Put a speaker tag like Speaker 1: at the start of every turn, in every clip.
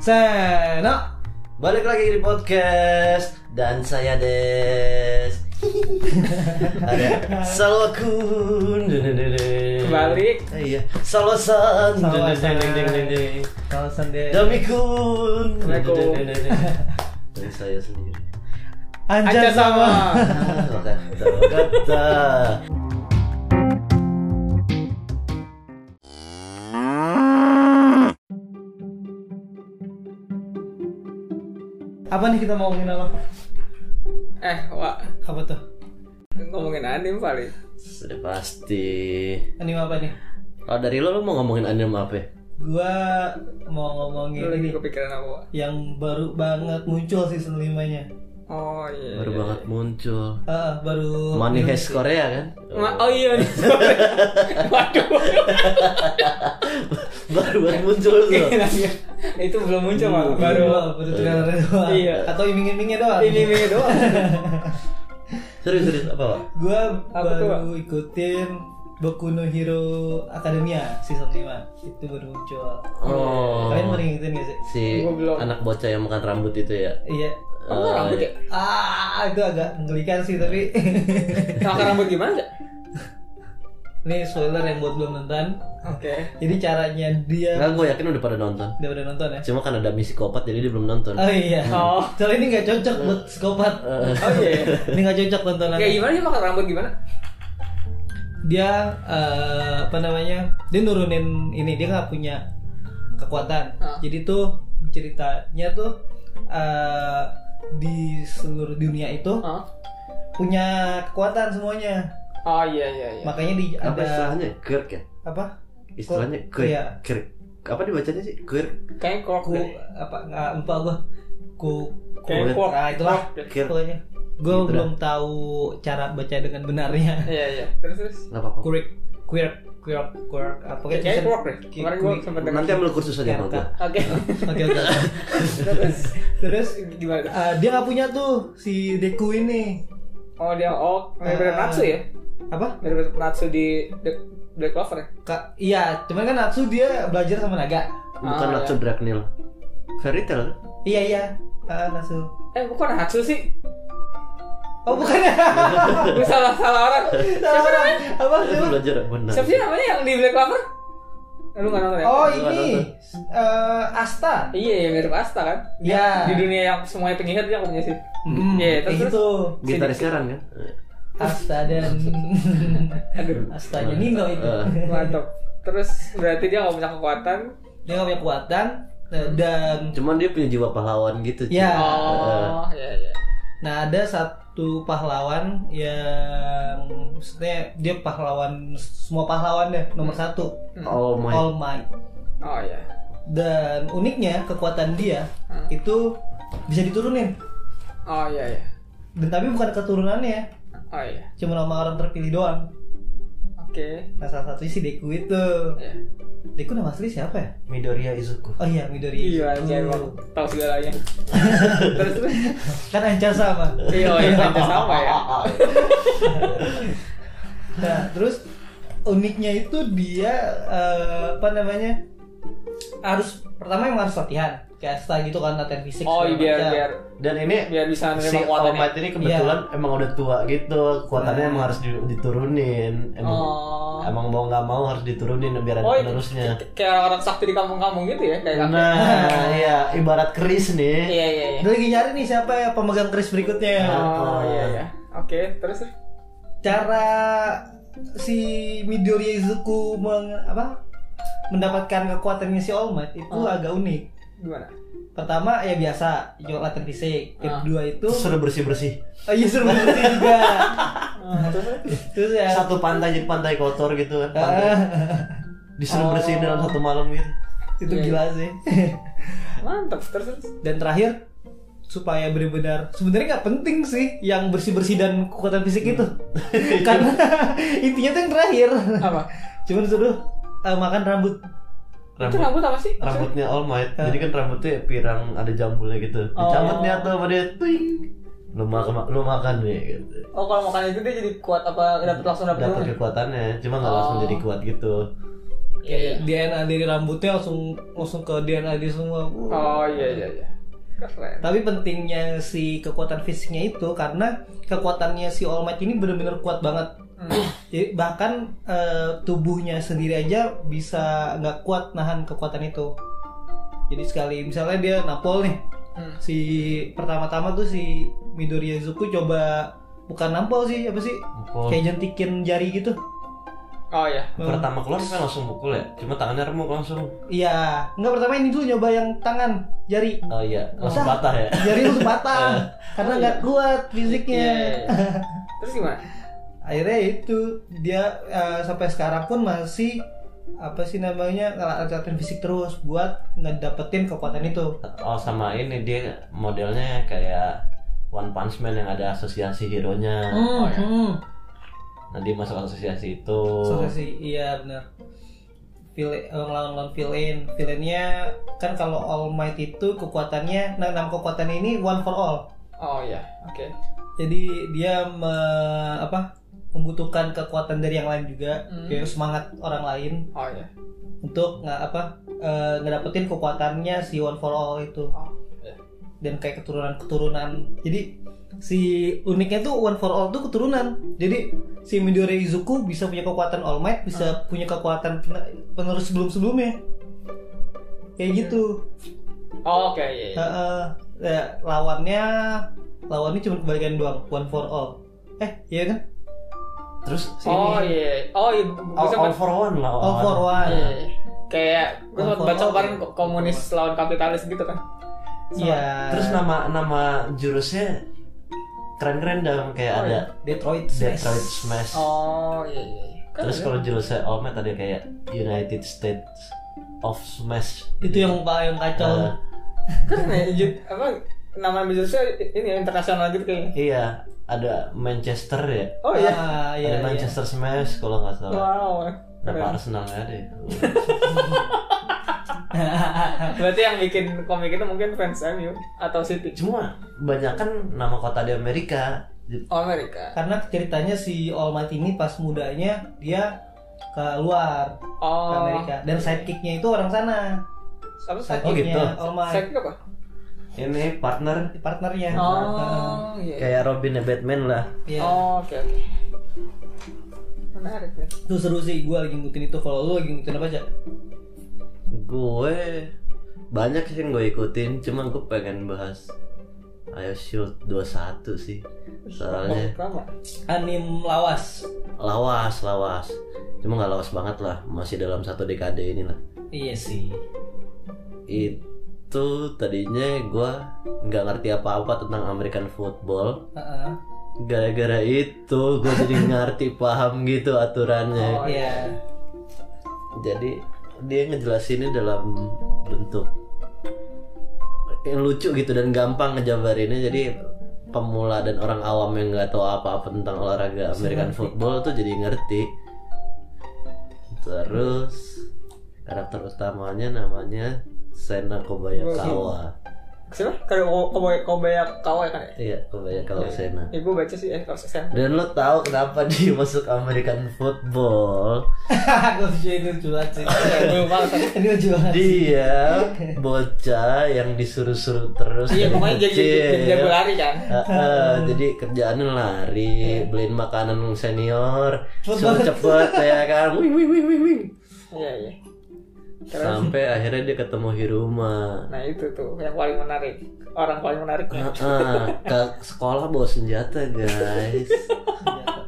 Speaker 1: せーの
Speaker 2: Balik lagi di podcast dan saya Des. Ada Salwa Kun.
Speaker 3: Kebalik.
Speaker 2: Iya. Salwa San.
Speaker 1: Salwa San. Kalau sendiri
Speaker 2: Dami Kun.
Speaker 3: Assalamualaikum.
Speaker 2: Dan saya sendiri.
Speaker 1: Anca
Speaker 3: Aja
Speaker 1: sama
Speaker 3: sama.
Speaker 2: Ah, kata, kata.
Speaker 1: Apa nih kita mau ngomongin apa?
Speaker 3: Eh, Wak,
Speaker 1: Apa tuh?
Speaker 3: ngomongin anime paling.
Speaker 2: Sudah pasti.
Speaker 1: Anime apa nih?
Speaker 2: Kalau dari lo, lo mau ngomongin anime apa? ya?
Speaker 1: Gua mau ngomongin
Speaker 3: Lu lagi
Speaker 1: ini
Speaker 3: kepikiran apa, Wak?
Speaker 1: Yang baru banget muncul season 5 nya
Speaker 3: Oh iya.
Speaker 2: Baru
Speaker 3: iya.
Speaker 2: banget muncul.
Speaker 1: Ah, Baru
Speaker 2: Money Heist Korea kan?
Speaker 3: Ma- oh iya. nih. Waduh.
Speaker 2: Baru banget muncul tuh.
Speaker 3: Itu belum muncul,
Speaker 1: Uh.
Speaker 3: Wak. Baru
Speaker 1: Baru Baru trailer doang
Speaker 3: Iya.
Speaker 1: Atau iming-imingnya doang
Speaker 3: ini mie doang.
Speaker 2: Serius serius apa pak?
Speaker 1: Gua
Speaker 3: Apa tuh,
Speaker 1: baru ikutin Boku no Hero Academia season 5 Itu baru muncul
Speaker 2: Oh.
Speaker 1: Kalian pernah ngikutin gak sih?
Speaker 2: Si
Speaker 3: Gua belum.
Speaker 2: anak bocah yang makan rambut itu ya. Eh,
Speaker 1: Iya
Speaker 3: Oh, rambut ya?
Speaker 1: Ah, itu agak menggelikan sih tapi
Speaker 3: Makan rambut gimana?
Speaker 1: Ini spoiler yang buat belum nonton
Speaker 3: Oke.
Speaker 1: Jadi caranya dia
Speaker 2: Enggak, gue yakin udah pada nonton.
Speaker 1: Udah udah nonton ya?
Speaker 2: Cuma kan ada misi kopat jadi dia belum nonton.
Speaker 1: Oh iya
Speaker 3: Oh.
Speaker 1: Soalnya ini gak cocok buat psikopat
Speaker 3: Oh iya.
Speaker 1: Ini gak cocok tontonan
Speaker 3: Kayak gimana sih makan rambut gimana?
Speaker 1: Dia eh, Apa namanya Dia nurunin ini Dia gak punya Kekuatan
Speaker 3: Ah.
Speaker 1: Jadi tuh Ceritanya tuh eh, Di seluruh dunia itu
Speaker 3: Hah?
Speaker 1: Punya kekuatan semuanya
Speaker 3: Oh iya iya iya.
Speaker 1: Makanya di
Speaker 2: Apa
Speaker 1: ada
Speaker 2: istilahnya? Gerk ya?
Speaker 1: Apa?
Speaker 2: Istilahnya
Speaker 1: Kok-
Speaker 2: gerk.
Speaker 1: iya.
Speaker 2: Gerk. Apa dibacanya sih? Gerk.
Speaker 3: Kayak kok
Speaker 1: Ku Apa Gak lupa gue Ku ku-
Speaker 3: Kayak kok.
Speaker 1: Ah itulah
Speaker 2: Gerk.
Speaker 1: Pokoknya Gue
Speaker 2: Gitu dah.
Speaker 1: belum tahu Cara baca dengan benarnya
Speaker 3: Iya iya. Terus terus.
Speaker 2: Enggak apa-apa.
Speaker 1: Quirk, quirk, quirk, quirk, Ah, apa kayak
Speaker 3: Kayak
Speaker 1: tulisan-
Speaker 3: kok deh. Kemarin gua
Speaker 1: Quirk.
Speaker 3: sempat dengar.
Speaker 2: Nanti ambil kursus aja sama gue.
Speaker 3: Oke.
Speaker 1: Oke oke.
Speaker 3: Terus
Speaker 1: Terus
Speaker 3: gimana? tuh?
Speaker 1: eh, dia nggak punya tuh si Deku ini
Speaker 3: Oh dia oh mirip
Speaker 1: Ah.
Speaker 3: Natsu ya?
Speaker 1: apa?
Speaker 3: Mirip Natsu di Black- Black Clover ya?
Speaker 1: Ka- iya, cuman kan Natsu dia belajar sama naga.
Speaker 2: Bukan
Speaker 3: Ah,
Speaker 2: Natsu Dragnil. Fairy kan? Tail.
Speaker 1: Iya iya, Ah, Natsu.
Speaker 3: Eh bukan Natsu sih.
Speaker 1: Oh bukan ya?
Speaker 3: Gue salah salah orang.
Speaker 1: Nah.
Speaker 3: Siapa
Speaker 1: Salah.
Speaker 3: namanya?
Speaker 1: apa
Speaker 2: Itu
Speaker 1: siapa?
Speaker 2: belajar benar.
Speaker 3: Oh, iya. Siapa sih namanya yang di Black Clover? Eh, Lu nggak nonton ya?
Speaker 1: Oh
Speaker 2: Bukan
Speaker 1: ini eh, Asta.
Speaker 3: Iya ya mirip Asta kan?
Speaker 1: Iya.
Speaker 3: Di dunia yang semuanya penyihir dia punya sih.
Speaker 1: Hmm,
Speaker 3: Iya,
Speaker 1: kayak
Speaker 3: terus-
Speaker 1: gitu.
Speaker 2: Gitaris sekarang kan?
Speaker 1: Asta dan
Speaker 3: Aduh.
Speaker 1: Astanya Nino itu.
Speaker 2: Eh.
Speaker 3: Mantap. Terus berarti dia nggak punya kekuatan.
Speaker 1: Dia nggak punya kekuatan eh, dan
Speaker 2: Cuman dia punya jiwa pahlawan gitu. Ci.
Speaker 1: Iya. Ah.
Speaker 3: Oh iya iya.
Speaker 1: Nah ada satu pahlawan yang maksudnya dia pahlawan semua pahlawan deh nomor satu
Speaker 2: Oh
Speaker 1: Hmm.
Speaker 2: my.
Speaker 1: All Might
Speaker 3: Oh iya.
Speaker 1: dan uniknya kekuatan dia
Speaker 3: Hmm.
Speaker 1: itu bisa diturunin
Speaker 3: Oh iya iya.
Speaker 1: dan tapi bukan keturunannya
Speaker 3: Oh iya.
Speaker 1: cuma nama orang terpilih doang
Speaker 3: Oke.
Speaker 1: nah salah satunya si Deku itu
Speaker 3: Iya.
Speaker 1: Deku nama asli siapa ya
Speaker 2: Midoriya Izuku.
Speaker 1: oh iya Midori
Speaker 3: Iya,
Speaker 1: Izuku.
Speaker 3: iya, emang tahu segalanya. terus terus.
Speaker 1: kan anca sama
Speaker 3: Iya, iya, hampir sama ya.
Speaker 1: nah terus uniknya itu dia eh, apa namanya harus pertama yang harus latihan kayak setelah gitu kan latihan fisik
Speaker 3: Oh iya
Speaker 1: segala
Speaker 3: biar
Speaker 1: macam.
Speaker 3: biar
Speaker 2: Dan ini
Speaker 3: biar bisa
Speaker 2: si
Speaker 3: menerima
Speaker 2: All
Speaker 3: kekuatannya.
Speaker 2: Might ini kebetulan
Speaker 3: Iya.
Speaker 2: emang udah tua gitu kekuatannya
Speaker 1: Nah.
Speaker 2: emang harus di- diturunin emang
Speaker 3: Oh.
Speaker 2: emang mau nggak mau harus diturunin biar ada
Speaker 3: Oh,
Speaker 2: penerusnya
Speaker 3: k- kayak orang sakti di kampung-kampung gitu ya, kayak kakek.
Speaker 2: nah iya ibarat keris nih
Speaker 3: Iya, iya, iya.
Speaker 1: Dia lagi nyari nih siapa ya pemegang keris berikutnya
Speaker 3: Oh, iya, iya. Oke, terus
Speaker 1: cara si Midoriya Izuku meng, apa mendapatkan kekuatannya si All Might itu
Speaker 3: Ah.
Speaker 1: agak unik
Speaker 3: gimana?
Speaker 1: pertama ya biasa juga latihan fisik
Speaker 3: Ah.
Speaker 1: kedua itu
Speaker 2: suruh bersih bersih
Speaker 1: oh iya seru banget juga
Speaker 3: Ah. terus
Speaker 1: terus ya
Speaker 2: satu pantai jadi pantai kotor gitu
Speaker 3: Eh.
Speaker 2: kan pantai.
Speaker 1: Ah.
Speaker 3: Oh.
Speaker 2: disuruh bersihin dalam satu malam gitu
Speaker 1: itu
Speaker 3: Iya.
Speaker 1: gila sih
Speaker 3: mantap, terus terus.
Speaker 1: dan terakhir supaya benar-benar sebenarnya nggak penting sih yang bersih-bersih dan kekuatan fisik itu karena intinya tuh yang terakhir
Speaker 3: Apa?
Speaker 1: cuman suruh eh, makan rambut
Speaker 3: Itu
Speaker 2: rambut
Speaker 3: rambut Eh. apa sih?
Speaker 2: rambutnya All Might jadi kan rambutnya pirang ada jambulnya gitu
Speaker 3: Oh.
Speaker 2: dicabut nih atau sama dia tuing lu makan lu makan nih gitu
Speaker 3: Oh, kalau makan itu dia jadi kuat apa dapat langsung dapat
Speaker 2: dapat
Speaker 3: ilmu?
Speaker 2: kekuatannya cuma nggak langsung
Speaker 3: Oh.
Speaker 2: jadi kuat gitu
Speaker 1: kayak DNA dari rambutnya langsung langsung ke DNA dia semua Wuh.
Speaker 3: Oh iya iya iya. Keren.
Speaker 1: tapi pentingnya si kekuatan fisiknya itu karena kekuatannya si All Might ini benar-benar kuat banget
Speaker 3: Hmm.
Speaker 1: Jadi bahkan eh, tubuhnya sendiri aja bisa nggak kuat nahan kekuatan itu jadi sekali misalnya dia napol nih
Speaker 3: Hmm.
Speaker 1: si pertama-tama tuh si Midoriya Zuku coba bukan nampol sih apa sih
Speaker 2: Mukul.
Speaker 1: kayak jentikin jari gitu
Speaker 3: Oh iya.
Speaker 1: Eh,
Speaker 2: Pertama keluar kan langsung mukul ya. Cuma tangannya remuk langsung.
Speaker 1: iya nggak pertama ini dulu nyoba yang tangan jari
Speaker 2: Oh iya, langsung
Speaker 1: Usah.
Speaker 2: patah ya.
Speaker 1: jari itu patah karena
Speaker 3: Oh,
Speaker 1: nggak
Speaker 3: iya.
Speaker 1: kuat
Speaker 3: Iya,
Speaker 1: fisiknya
Speaker 3: iya, iya. Terus gimana?
Speaker 1: akhirnya itu dia eh, sampai sekarang pun masih apa sih namanya ngelatih fisik terus buat ngedapetin kekuatan itu
Speaker 2: Oh sama ini dia modelnya kayak One Punch Man yang ada asosiasi hero-nya.
Speaker 1: hmm,
Speaker 3: ya.
Speaker 1: hmm.
Speaker 2: Nah dia masuk asosiasi itu.
Speaker 1: Susah sih iya benar Vila- eh, ngelawan-ngelawan villain villainnya kan kalau All Might itu kekuatannya nah enam kekuatan ini one for all
Speaker 3: Oh iya. Oke.
Speaker 1: jadi dia me- apa membutuhkan kekuatan dari yang lain juga
Speaker 3: Hmm.
Speaker 1: kayak semangat orang lain
Speaker 3: Oh iya.
Speaker 1: untuk nggak apa eh, ngedapetin kekuatannya si one for all itu
Speaker 3: Oh iya.
Speaker 1: dan kayak keturunan-keturunan. Jadi si uniknya tuh one for all tuh keturunan. Jadi si Midori Izuku bisa punya kekuatan All Might, bisa punya kekuatan pen- penerus sebelum-sebelumnya. Kayak
Speaker 3: Oke.
Speaker 1: gitu.
Speaker 3: Oh, Oke iya. iya.
Speaker 1: Heeh. Ya, lawannya lawannya cuma kebalikan doang, one for all. Eh, iya kan?
Speaker 2: Terus si
Speaker 3: Oh
Speaker 2: ini,
Speaker 3: iya. Oh iya. Gue
Speaker 2: all, all
Speaker 3: sempat
Speaker 2: for one lah.
Speaker 1: All for one.
Speaker 3: Iya, iya. Kayak gue sempat
Speaker 1: Kalau-
Speaker 3: baca kemarin ko- komunis lawan kapitalis gitu kan.
Speaker 1: Iya.
Speaker 2: Terus nama nama jurusnya keren-keren dong kayak
Speaker 3: Oh,
Speaker 2: ada
Speaker 1: Detroit iya. Smash.
Speaker 2: Detroit Smash.
Speaker 3: Oh iya iya. iya. Kan
Speaker 2: Terus
Speaker 3: ada.
Speaker 2: kalau jurusnya All Might ada kayak United States of Smash.
Speaker 1: Itu yang paling
Speaker 2: Eh,
Speaker 1: kacau.
Speaker 3: kan ya, ju- apa nama bisnisnya ini ya, internasional gitu kayaknya.
Speaker 2: iya, ada Manchester ya.
Speaker 3: Oh iya.
Speaker 1: Ah, iya,
Speaker 2: ada
Speaker 1: iya.
Speaker 2: Manchester Smash kalau nggak salah.
Speaker 3: Ah. Wow.
Speaker 2: Berapa
Speaker 3: Keren.
Speaker 2: Arsenal nggak ada ya?
Speaker 3: Nah, Berarti yang bikin komik itu mungkin fans MU atau City.
Speaker 2: Cuma banyak kan nama kota di Amerika. Jadi-
Speaker 3: Oh, Amerika.
Speaker 1: Karena ceritanya si All Might ini pas mudanya dia keluar ke
Speaker 3: Oh.
Speaker 1: Amerika dan sidekicknya itu orang sana.
Speaker 3: Apa
Speaker 2: Oh,
Speaker 3: sakit?
Speaker 2: gitu.
Speaker 1: Sidekicknya All Might,
Speaker 3: Sakit apa?
Speaker 2: Ini partner
Speaker 1: partnernya. Heeh.
Speaker 3: Oh iya.
Speaker 2: kayak Robin Batman lah.
Speaker 1: Iya.
Speaker 3: Oh oke oke. Menarik nih.
Speaker 1: Itu seru sih gue lagi ngikutin itu. Kalau lu lagi ngikutin apa aja?
Speaker 2: Gue banyak sih yang gue ikutin, cuma gue pengen bahas Ayo Shield 21 sih. Soalnya
Speaker 3: Oh, Lama.
Speaker 1: Anim lawas.
Speaker 2: lawas, lawas. Cuma nggak lawas banget lah, masih dalam satu dekade ini lah.
Speaker 1: Iya sih.
Speaker 2: Itu tadinya gue nggak ngerti apa-apa tentang American football.
Speaker 1: Heeh.
Speaker 2: Gara-gara itu gue jadi ngerti paham gitu aturannya.
Speaker 3: Oh,
Speaker 1: Iya.
Speaker 2: Jadi dia ngejelasinnya dalam bentuk yang lucu gitu dan gampang ngejabarinnya. Jadi pemula dan orang awam yang nggak tahu apa-apa tentang olahraga American
Speaker 1: Ngerti.
Speaker 2: football tuh jadi ngerti. Terus karakter utamanya namanya Sena Kobayakawa.
Speaker 3: Siapa? Kayak kobay kobaya kawa ya kan? ya?
Speaker 2: Iya, Kobayakawa Sena.
Speaker 3: Ya gue baca sih eh kalau saya.
Speaker 2: Dan lo tahu kenapa dia masuk American football?
Speaker 1: Gue lucu Iya. ini lucu banget sih.
Speaker 3: Gue banget. kan.
Speaker 1: Ini lucu banget.
Speaker 2: Dia bocah yang disuruh-suruh terus dari
Speaker 3: Iya pokoknya jadi jadi jadi
Speaker 2: kecil.
Speaker 3: jago lari kan.
Speaker 2: Heeh, jadi kerjaannya lari, beliin makanan senior,
Speaker 1: Cepet
Speaker 2: suruh
Speaker 1: banget.
Speaker 2: cepet ya kan, wing wing wing wing wing.
Speaker 3: Iya iya. Terus
Speaker 2: Sampai akhirnya dia ketemu Hiruma.
Speaker 3: nah itu tuh yang paling menarik. Orang paling menariknya.
Speaker 2: Heeh, ke sekolah bawa senjata guys.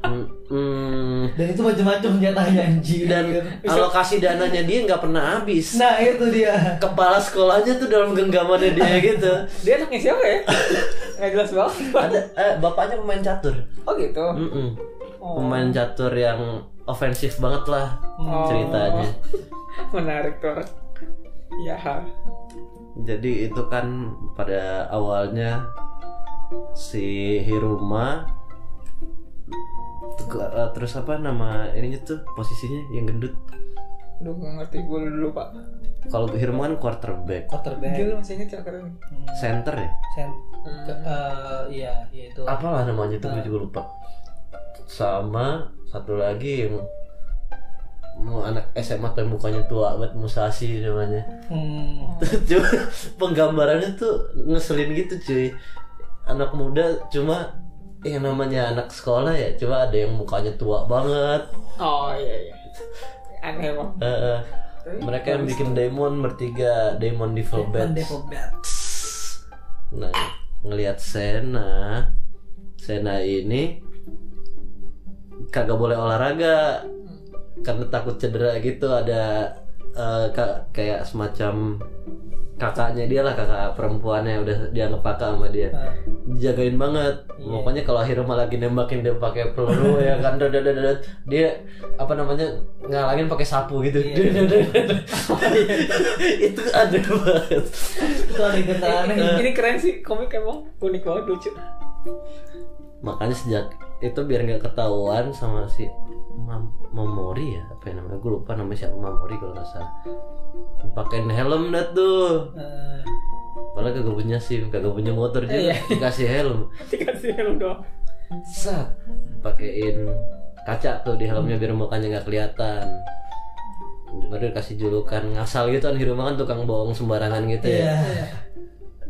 Speaker 2: Mm-mm.
Speaker 1: Dan itu macam-macam senjatanya anjing.
Speaker 2: Dan
Speaker 3: Iya.
Speaker 2: alokasi dananya dia nggak pernah habis.
Speaker 1: nah itu dia.
Speaker 2: Kepala sekolahnya tuh dalam genggamannya dia gitu.
Speaker 3: Dia anaknya siapa ya? Nggak jelas banget.
Speaker 2: Ada eh, bapaknya pemain catur.
Speaker 3: Oh gitu.
Speaker 2: Mm-mm.
Speaker 3: Oh,
Speaker 2: Pemain catur yang ofensif banget lah
Speaker 3: Oh.
Speaker 2: ceritanya.
Speaker 3: menarik tuh. orang. Ya.
Speaker 2: Jadi itu kan pada awalnya si Hiruma Teg- eh, terus apa nama ininya tuh posisinya yang gendut.
Speaker 3: Duh nggak ngerti gue dulu pak.
Speaker 2: Kalau Hiruma kan quarterback,
Speaker 1: Quarterback.
Speaker 3: Gila masih inget ya keren.
Speaker 2: center ya.
Speaker 1: Hmm. Sen.
Speaker 3: Hmm.
Speaker 1: Ke- eh, iya, iya itu.
Speaker 2: Apalah
Speaker 3: Nah.
Speaker 2: namanya tuh gue juga lupa. Sama satu lagi yang mau anak SMA tuh yang mukanya tua banget Musashi namanya
Speaker 1: Hmm.
Speaker 2: cuma penggambarannya tuh ngeselin gitu cuy anak muda cuma yang namanya anak sekolah ya cuma ada yang mukanya tua banget
Speaker 3: Oh iya iya. Aneh emang.
Speaker 2: Eh, eh. mereka yang bikin Demon bertiga Demon
Speaker 1: Van
Speaker 2: Devil Band
Speaker 1: Depo Bad.
Speaker 2: nah ngelihat Sena Sena ini kagak boleh olahraga karena takut cedera gitu ada eh, ka- kayak semacam kakaknya dia lah kakak perempuannya udah dianggap kakak sama dia
Speaker 1: Nah,
Speaker 2: dijagain banget
Speaker 1: Iya.
Speaker 2: pokoknya kalau akhirnya malah lagi nembakin dia pakai peluru ya kan dadadadadad. dia apa namanya ngalangin pakai sapu gitu
Speaker 1: Iya,
Speaker 2: Dadadadadad. itu ada banget
Speaker 1: Itu ada yang aneh.
Speaker 3: Ini, ini keren sih komik emang unik banget lucu.
Speaker 2: makanya sejak itu biar nggak ketahuan sama si Mam Mamori ya apa yang namanya gue lupa namanya siapa Mamori kalau nggak salah pakein helm dah tuh
Speaker 1: Eh,
Speaker 2: padahal kagak punya sim kagak punya motor juga
Speaker 3: Iya.
Speaker 2: dikasih helm
Speaker 3: Dikasih helm doang.
Speaker 2: set pakein kaca tuh di helmnya biar mukanya nggak kelihatan baru dikasih julukan ngasal gitu kan Hiruma kan tukang bohong sembarangan gitu ya
Speaker 1: Iya.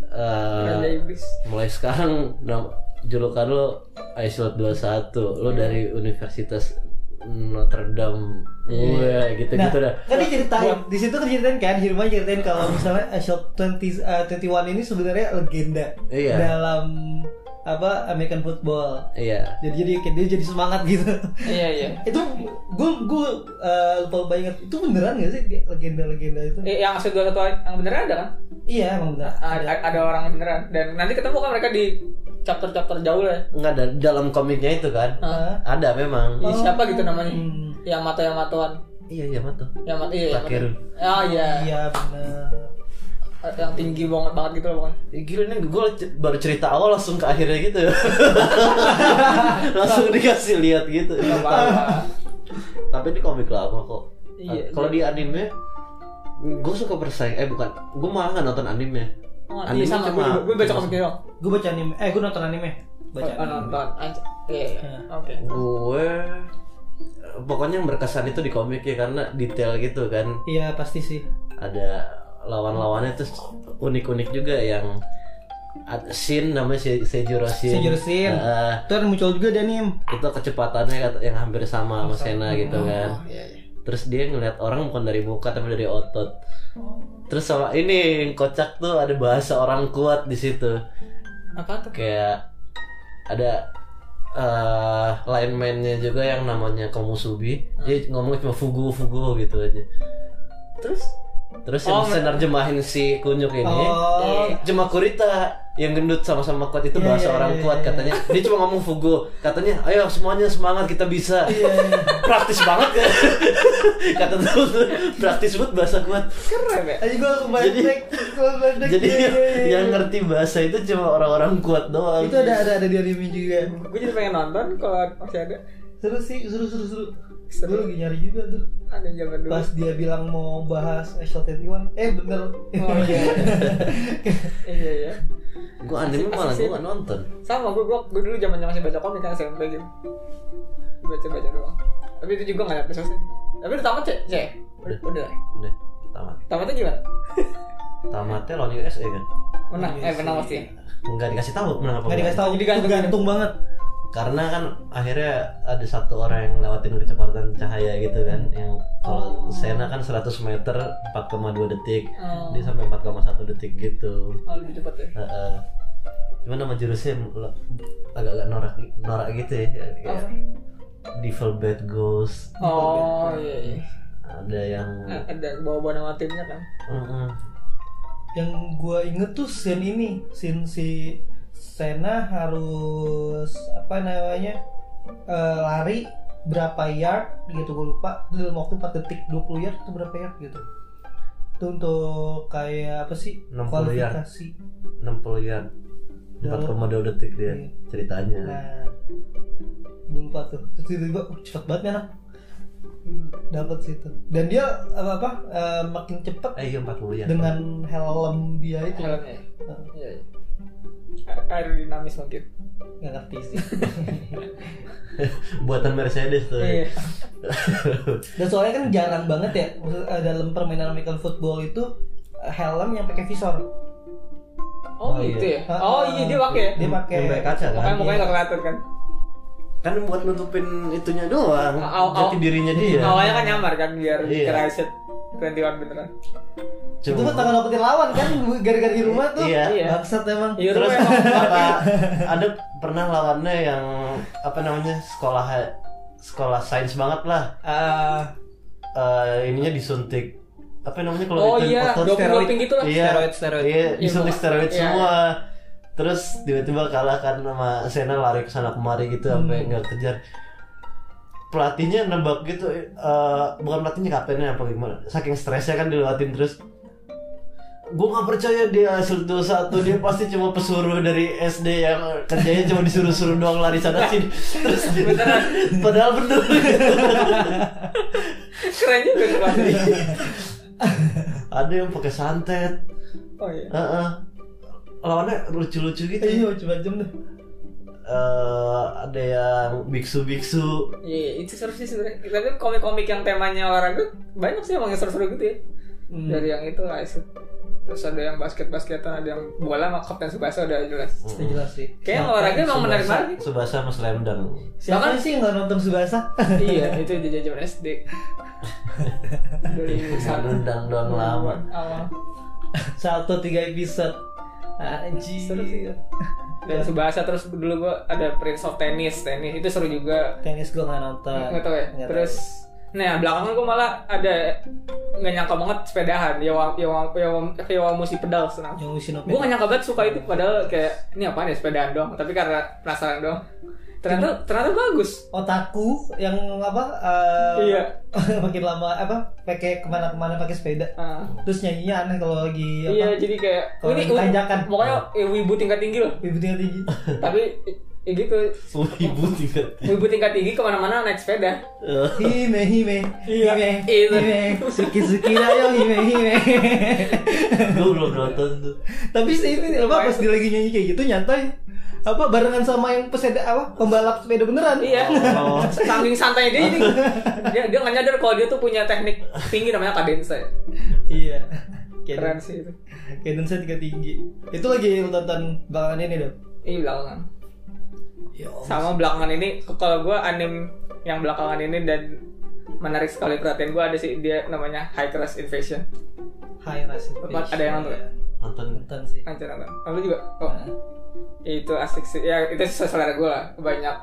Speaker 2: Eh,
Speaker 3: Raja iblis.
Speaker 2: mulai sekarang nam- julukan lo Aisyah 21 lo dari Universitas Notre Dame Wah, gitu-gitu dah
Speaker 1: Tadi ceritain, di situ kan ceritain kan, Hilma ceritain kalau misalnya eh, Shop 20, eh, 21 ini sebenarnya legenda
Speaker 2: Iya.
Speaker 1: dalam apa American football.
Speaker 2: iya
Speaker 1: Jadi jadi kayak dia jadi semangat gitu.
Speaker 3: Iya iya.
Speaker 1: itu gue gue lupa banget itu beneran gak sih legenda-legenda itu?
Speaker 3: Eh, yang asli dua satu yang beneran ada kan?
Speaker 1: Iya emang beneran.
Speaker 3: Ada, ada orang beneran dan nanti ketemu kan mereka di chapter-chapter jauh lah. ya.
Speaker 2: nggak ada dalam komiknya itu kan
Speaker 1: Hah?
Speaker 2: ada memang
Speaker 3: Ih, Siapa gitu namanya?
Speaker 1: Hmm.
Speaker 3: Yamato Yamatoan.
Speaker 2: iya iya mah tuh
Speaker 3: Yamato iya. Yamato.
Speaker 2: Takeru.
Speaker 3: Ah iya.
Speaker 1: Iya bener.
Speaker 3: Eh, Yang tinggi banget banget gitu loh pokoknya.
Speaker 2: Eh, Gila nih gue baru cerita awal langsung ke akhirnya gitu Langsung dikasih lihat gitu
Speaker 3: Gak apa-apa.
Speaker 2: Tapi ini komik lama kok Ah,
Speaker 3: Iya.
Speaker 2: Kalau di anime Gue suka bersaing Eh bukan Gue malah gak nonton anime
Speaker 3: Oh,
Speaker 2: Anime
Speaker 3: iya sama
Speaker 2: cuma-
Speaker 3: gue, gue baca komik doang.
Speaker 1: Gue baca anime. Eh gue nonton anime. Baca
Speaker 3: Oh,
Speaker 1: anime.
Speaker 3: nonton. Anj- Iya. iya.
Speaker 1: Iya.
Speaker 3: Oke.
Speaker 2: Gue Pokoknya yang berkesan itu di komik ya Karena detail gitu kan
Speaker 1: Iya pasti sih.
Speaker 2: Ada lawan-lawannya terus unik-unik juga yang Ad- Shin namanya Se- Ah, Seijiro Shin
Speaker 1: Seijiro Shin.
Speaker 2: Heeh.
Speaker 1: Itu kan muncul juga dia nih.
Speaker 2: itu kecepatannya kata- yang hampir sama sama Sena gitu kan
Speaker 3: Oh, iya, iya.
Speaker 2: terus dia ngeliat orang bukan dari muka tapi dari otot
Speaker 3: Oh.
Speaker 2: terus sama ini yang kocak tuh ada bahasa orang kuat di situ
Speaker 3: Apa tuh?
Speaker 2: kayak ada eh lineman-nya juga yang namanya Komusubi
Speaker 1: Hmm.
Speaker 2: dia ngomong cuma fugu fugu gitu aja
Speaker 3: Terus
Speaker 2: terus
Speaker 3: Oh,
Speaker 2: yang bisa nerjemahin si kunyuk ini
Speaker 1: Oh.
Speaker 2: cuma Kurita yang gendut sama-sama kuat itu
Speaker 1: Iya,
Speaker 2: bahasa
Speaker 1: iya,
Speaker 2: orang
Speaker 1: iya,
Speaker 2: kuat
Speaker 1: iya.
Speaker 2: katanya dia cuma ngomong fugu katanya ayo semuanya semangat kita bisa
Speaker 1: Iya. iya.
Speaker 2: praktis banget ya kata tuh praktis banget bahasa kuat
Speaker 3: keren ya.
Speaker 1: Aja gue langsung flashback. Gua flashback.
Speaker 2: jadi
Speaker 1: Iya, iya, iya.
Speaker 2: yang ngerti bahasa itu cuma orang-orang kuat doang
Speaker 1: itu ada ada ada di anime juga.
Speaker 3: Gue jadi pengen nonton kalau masih ada.
Speaker 1: Seru sih, seru seru seru.
Speaker 3: Seru.
Speaker 1: Gue lagi nyari juga tuh.
Speaker 3: Ada zaman dulu.
Speaker 1: Pas dia bilang mau bahas Ashel 21 Eh bener
Speaker 3: Oh iya. iya iya. iya.
Speaker 2: gua anime malah
Speaker 3: Asik sih.
Speaker 2: gua gak nonton
Speaker 3: Sama gue gue gue dulu zaman masih baca komik kan SMP gitu. Baca baca doang. Tapi itu juga nggak nyampe selesai. Tapi udah tamat cek cek. Udah. udah.
Speaker 2: udah tamat
Speaker 3: Tamatnya gimana?
Speaker 2: tamatnya lawan USA kan
Speaker 3: Menang.
Speaker 1: Iya
Speaker 3: Eh menang
Speaker 1: sih.
Speaker 3: pasti.
Speaker 2: nggak dikasih tahu kenapa
Speaker 1: Gak dikasih tau
Speaker 3: Jadi gantung- kan?
Speaker 1: gantung banget
Speaker 2: karena kan akhirnya ada satu orang yang lewatin kecepatan cahaya gitu kan yang kalau
Speaker 3: Oh.
Speaker 2: Sena kan 100 meter 4,2 detik
Speaker 3: Oh.
Speaker 2: dia sampai 4,1 detik gitu
Speaker 3: Oh, lebih cepat ya.
Speaker 2: Heeh. Cuma nama jurusnya l- agak-agak norak norak gitu ya.
Speaker 1: Iya.
Speaker 2: Kayak
Speaker 3: Apa?
Speaker 2: Devil Bad Ghost.
Speaker 3: Oh iya. iya.
Speaker 2: Ada yang
Speaker 3: Eh, Ada bawa-bawa nama timnya kan.
Speaker 2: Mm-mm.
Speaker 1: Yang gue inget tuh scene ini Scene si Sena harus Apa namanya eh, Lari berapa yard gitu gue lupa dalam waktu 4 detik 20 yard itu berapa yard gitu itu untuk kayak apa sih
Speaker 2: 60 yard.
Speaker 1: kualifikasi
Speaker 2: 60 yard. 4,2 detik dia
Speaker 1: Iya.
Speaker 2: ceritanya.
Speaker 1: nah gue lupa tuh terus tiba-tiba "Uh, cepet banget nih anak dapat situ dan dia apa apa makin cepet
Speaker 2: Eh iya 40 yard.
Speaker 1: dengan helm dia itu
Speaker 3: Helmnya.
Speaker 1: Heeh.
Speaker 3: Iya. iya. A- Aerodinamis mungkin.
Speaker 1: nggak ngerti sih
Speaker 2: buatan Mercedes tuh.
Speaker 3: Iya.
Speaker 1: dan soalnya kan jarang banget ya maksud- eh, dalam permainan American football itu eh, helm yang pakai visor
Speaker 3: Oh,
Speaker 2: Oh,
Speaker 3: gitu ya.
Speaker 2: iya.
Speaker 3: Oh iya dia pakai. ya?
Speaker 1: dia pakai
Speaker 2: Yang pakai kaca kan?
Speaker 3: Makanya mukanya nggak kelihatan kan.
Speaker 2: Kan buat nutupin itunya doang.
Speaker 3: Aw- aw-
Speaker 2: Jati dirinya dia.
Speaker 3: Awalnya kan nyamar kan biar
Speaker 2: Iya.
Speaker 3: kira headset 21 beneran.
Speaker 1: itu kan tangan dapetin lawan kan gara-gara di rumah tuh
Speaker 2: Iya.
Speaker 3: Iya.
Speaker 1: bangsat emang
Speaker 3: Iya,
Speaker 2: Terus
Speaker 3: rumah emang
Speaker 2: apa? Ada pernah lawannya yang apa namanya sekolah sekolah sains banget lah.
Speaker 1: Ah,
Speaker 2: Eh, ininya disuntik apa namanya kalau
Speaker 3: Oh
Speaker 2: itu-
Speaker 3: iya,
Speaker 1: kotor
Speaker 3: doping
Speaker 1: steroid.
Speaker 3: doping gitu lah.
Speaker 2: iya
Speaker 1: Steroid, steroid.
Speaker 2: iya
Speaker 3: Iya,
Speaker 2: disuntik
Speaker 3: gua-
Speaker 2: steroid
Speaker 3: iya.
Speaker 2: semua terus tiba-tiba kalah karena sama Sena lari ke sana kemari gitu
Speaker 3: Hmm.
Speaker 2: sampai nggak kejar pelatihnya nembak gitu eh, bukan pelatihnya kaptennya apa gimana saking stresnya kan dilewatin terus gue nggak percaya dia hasil dua satu dia pasti cuma pesuruh dari SD yang kerjanya cuma disuruh-suruh doang lari sana sini terus
Speaker 3: Beneran.
Speaker 2: padahal bener
Speaker 3: Keren juga tuh pelatih.
Speaker 2: ada yang pakai santet
Speaker 3: Oh iya.
Speaker 2: Heeh. Lawannya lucu-lucu gitu.
Speaker 1: iya coba jam deh
Speaker 2: Eh, ada yang biksu-biksu.
Speaker 3: Iya, itu seru sih sebenarnya. Tapi komik-komik yang temanya olahraga banyak sih emang yang seru-seru gitu ya.
Speaker 1: Hmm.
Speaker 3: Dari yang itu lah itu. Terus ada yang basket-basketan, ada yang bola sama Kapten Subasa udah jelas.
Speaker 1: Itu jelas sih
Speaker 3: Kayaknya olahraga emang menarik-menarik.
Speaker 2: Subasa sama Slam Dunk.
Speaker 1: siapa
Speaker 3: Bahkan-
Speaker 1: sih yang nggak nonton Subasa
Speaker 3: iya, itu di zaman SD. Dari
Speaker 2: Slam Dunk Iya, doang lama.
Speaker 3: awal.
Speaker 1: satu tiga episode
Speaker 3: Seru sih.
Speaker 1: anjir
Speaker 3: Dan Subasa terus dulu gua ada Prince of Tennis, tenis itu seru juga.
Speaker 1: tenis gue nggak nonton
Speaker 3: Nggak tahu ya.
Speaker 1: Ah, Nggak
Speaker 3: Terus nah belakangan gua malah ada nggak nyangka banget sepedahan Yawa Yawa Yawa Yawa musik pedal senang.
Speaker 1: tahu. yang
Speaker 3: Gue
Speaker 1: Ushinopeda
Speaker 3: gak nyangka banget suka itu padahal kayak ini apaan ya sepedaan doang tapi karena penasaran doang ternyata ternyata bagus
Speaker 1: otaku yang apa eh,
Speaker 3: Iya.
Speaker 1: makin lama apa pakai kemana-kemana pakai sepeda
Speaker 3: Ah.
Speaker 1: terus nyanyinya aneh kalau lagi apa
Speaker 3: iya jadi kayak
Speaker 1: Kalau
Speaker 3: ini
Speaker 1: ditanjakan.
Speaker 3: pokoknya eh, wibu tingkat tinggi loh
Speaker 1: ibu tingkat tinggi
Speaker 3: tapi eh, gitu
Speaker 2: Ibu tingkat.
Speaker 3: wibu tingkat tinggi kemana-mana naik sepeda
Speaker 2: Eh,
Speaker 1: hime hime
Speaker 3: Iya,
Speaker 1: hime
Speaker 3: itu.
Speaker 1: hime suki suki dayo hime hime
Speaker 2: Gue belum nonton tuh.
Speaker 1: tapi sih ini apa pas dia lagi nyanyi kayak gitu nyantai apa barengan sama yang pesepeda apa pembalap sepeda beneran
Speaker 3: iya
Speaker 2: Oh.
Speaker 3: saking santainya dia jadi dia dia nggak nyadar kalau dia tuh punya teknik tinggi namanya kadensa ya.
Speaker 1: iya
Speaker 3: keren
Speaker 1: keren
Speaker 3: sih itu
Speaker 1: Cadence tiga tinggi itu lagi lu tonton belakangan ini dong
Speaker 3: ini belakangan
Speaker 1: ya
Speaker 3: sama belakangan ini kalau gue anim yang belakangan ini dan menarik sekali perhatian gue ada sih dia namanya High Class Invasion
Speaker 1: High Rise
Speaker 3: Tempat ada yang nonton ya?
Speaker 2: Nonton.
Speaker 1: nonton sih Nah,
Speaker 3: Anjir nonton. Kamu juga? Oh. Itu asik sih. Ya itu sesuai selera gue lah. Banyak.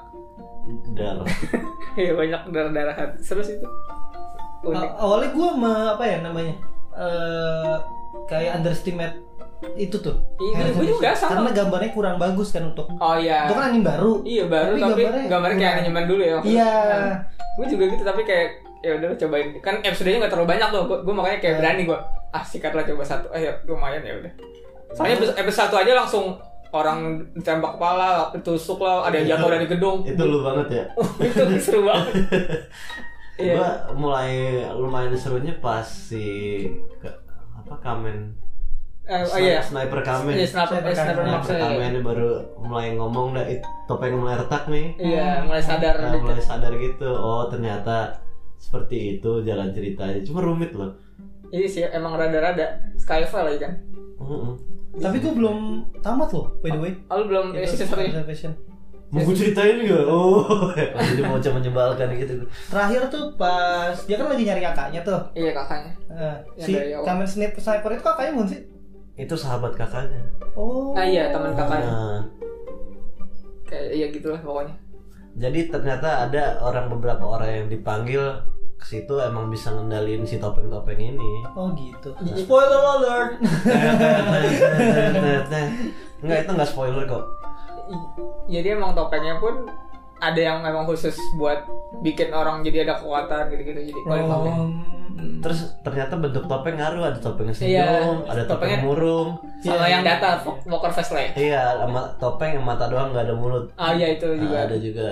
Speaker 2: Dar.
Speaker 3: Ya banyak darah-darahan. Seru sih itu. Unik.
Speaker 1: Aw- awalnya gue apa ya namanya eh kayak underestimate itu tuh
Speaker 3: Iya,
Speaker 1: Harry
Speaker 3: gua juga
Speaker 1: Potter.
Speaker 3: sama.
Speaker 1: karena gambarnya kurang bagus kan untuk
Speaker 3: Oh iya.
Speaker 1: itu kan anime baru
Speaker 3: Iya baru tapi, gambarnya, kayak
Speaker 1: kurang.
Speaker 3: anime dulu ya. waktu
Speaker 1: iya
Speaker 3: itu. Gue juga gitu tapi kayak ya udah cobain kan episodenya nggak terlalu banyak loh gue makanya kayak berani gue ah sikat lah coba satu eh ya, lumayan ya udah soalnya episode- episode satu aja langsung orang ditembak kepala ditusuk lah ada yang jatuh dari gedung Uh,
Speaker 2: Itu lu banget ya.
Speaker 3: itu seru banget iya
Speaker 2: Gua mulai lumayan serunya pas si ke- apa kamen
Speaker 3: Eh, oh
Speaker 2: Sni-
Speaker 3: iya
Speaker 2: sniper kamen
Speaker 3: Iya, sniper,
Speaker 1: Sniper Kamen.
Speaker 3: eh, sniper
Speaker 2: sniper
Speaker 3: maksudnya, iya.
Speaker 2: kamen ini baru mulai ngomong dah it- topeng mulai retak nih
Speaker 3: Iya, mulai sadar.
Speaker 2: Nah, mulai sadar gitu oh ternyata seperti itu jalan ceritanya cuma rumit loh
Speaker 3: Iya sih, emang rada-rada Skyfall lagi kan.
Speaker 2: Mm-mm.
Speaker 1: tapi gue belum tamat loh by the way
Speaker 3: Oh, lu belum eh,
Speaker 1: Itu
Speaker 3: season satu ya?
Speaker 1: Reservation.
Speaker 2: mau gue ceritain gak oh jadi mau coba menyebalkan gitu
Speaker 1: terakhir tuh pas dia kan lagi nyari kakaknya tuh
Speaker 3: Iya kakaknya.
Speaker 1: Eh,
Speaker 3: Yang
Speaker 1: si
Speaker 3: dari awal.
Speaker 1: Kamen Snip Sniper itu kakaknya bukan sih
Speaker 2: itu sahabat kakaknya
Speaker 1: oh
Speaker 3: Ah iya, teman kakaknya.
Speaker 2: nah,
Speaker 3: Kayak iya gitulah pokoknya.
Speaker 2: jadi ternyata ada orang beberapa orang yang dipanggil ke situ emang bisa ngendalin si topeng-topeng ini
Speaker 1: oh gitu
Speaker 3: Iya,
Speaker 1: spoiler alert
Speaker 2: Enggak itu enggak spoiler kok
Speaker 3: I- Jadi emang topengnya pun ada yang memang khusus buat bikin orang jadi ada kekuatan gitu-gitu jadi
Speaker 1: Oh.
Speaker 3: kalau di topeng.
Speaker 1: Um,
Speaker 2: Terus ternyata bentuk topeng ngaruh ada topeng senyum,
Speaker 3: Iya,
Speaker 2: ada
Speaker 3: topengnya-
Speaker 2: topeng murung,
Speaker 3: Sama
Speaker 1: Iya.
Speaker 3: yang data Fo- Walker Face lah ya.
Speaker 2: iya sama topeng yang mata doang nggak ada mulut.
Speaker 3: Ah iya itu
Speaker 2: Nah,
Speaker 3: juga.
Speaker 2: ada juga.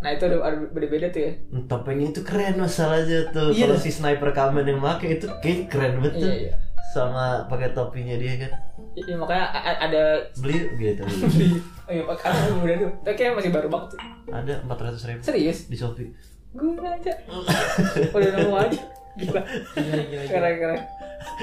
Speaker 3: Nah itu ada, ada beda-beda tuh ya.
Speaker 2: Hmm, Topengnya itu keren masalahnya tuh.
Speaker 1: Iya
Speaker 2: Kalau
Speaker 1: dah.
Speaker 2: si sniper kamen yang make itu kayak keren
Speaker 3: Iya
Speaker 2: betul.
Speaker 3: iya.
Speaker 2: sama pakai topinya dia kan
Speaker 3: Iya makanya a- a- ada
Speaker 2: beli gitu
Speaker 3: Iya pak, ada muda tuh. Tapi kayaknya masih baru banget. sih.
Speaker 2: ada empat ratus ribu
Speaker 3: Serius?
Speaker 2: di shopee
Speaker 3: Gue aja. Udah nemu aja. Gila.
Speaker 1: Gila, gila, gila.
Speaker 3: Keren keren.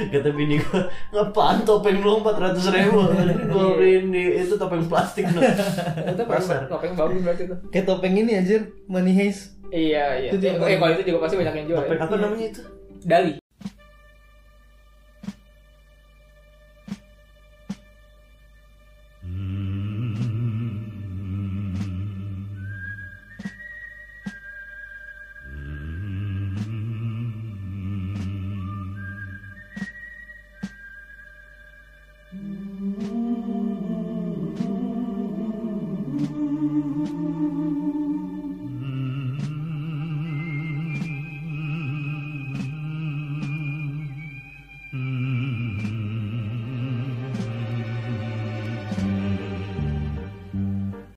Speaker 2: kata bini gua ngapaan topeng lu empat ratus ribu gue beliin di itu topeng plastik lu
Speaker 3: Itu
Speaker 2: Pasar.
Speaker 3: pasar. Iya. Topeng bagus berarti tuh.
Speaker 1: Kayak topeng ini anjir, money heist.
Speaker 3: Iya iya.
Speaker 1: Itu juga
Speaker 3: Eh, Eh kalau itu juga pasti banyak yang jual. ya.
Speaker 2: topeng apa namanya itu
Speaker 3: Dali.